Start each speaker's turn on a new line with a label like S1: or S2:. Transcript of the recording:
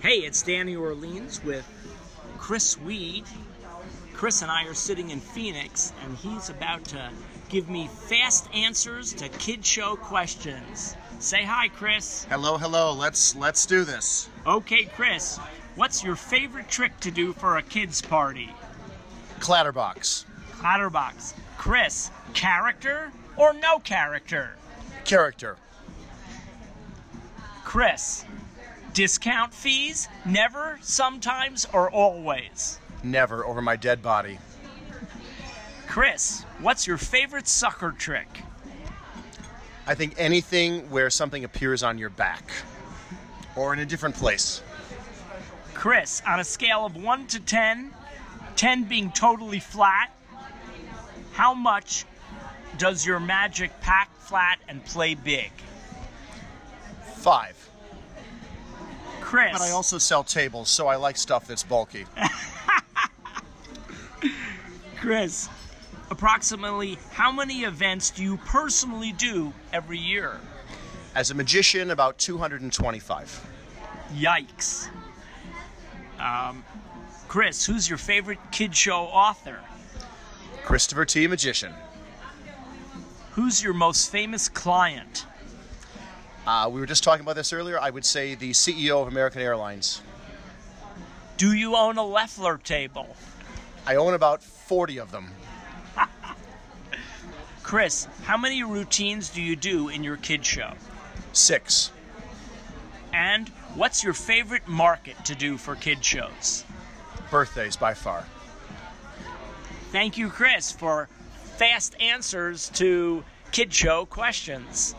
S1: Hey, it's Danny Orleans with Chris Weed. Chris and I are sitting in Phoenix, and he's about to give me fast answers to kid show questions. Say hi, Chris.
S2: Hello, hello. Let's let's do this.
S1: Okay, Chris, what's your favorite trick to do for a kids' party?
S2: Clatterbox.
S1: Clatterbox. Chris, character or no character?
S2: Character.
S1: Chris, discount fees, never, sometimes, or always?
S2: Never over my dead body.
S1: Chris, what's your favorite sucker trick?
S2: I think anything where something appears on your back or in a different place.
S1: Chris, on a scale of 1 to 10, 10 being totally flat, how much does your magic pack flat and play big?
S2: Five.
S1: Chris,
S2: But I also sell tables, so I like stuff that's bulky.
S1: Chris, approximately how many events do you personally do every year?
S2: As a magician, about 225.
S1: Yikes. Um, Chris, who's your favorite kid show author?
S2: Christopher T. Magician.
S1: Who's your most famous client?
S2: Uh, we were just talking about this earlier. I would say the CEO of American Airlines.
S1: Do you own a Leffler table?
S2: I own about 40 of them.
S1: Chris, how many routines do you do in your kid show?
S2: Six.
S1: And what's your favorite market to do for kid shows?
S2: Birthdays by far.
S1: Thank you, Chris, for fast answers to kid show questions.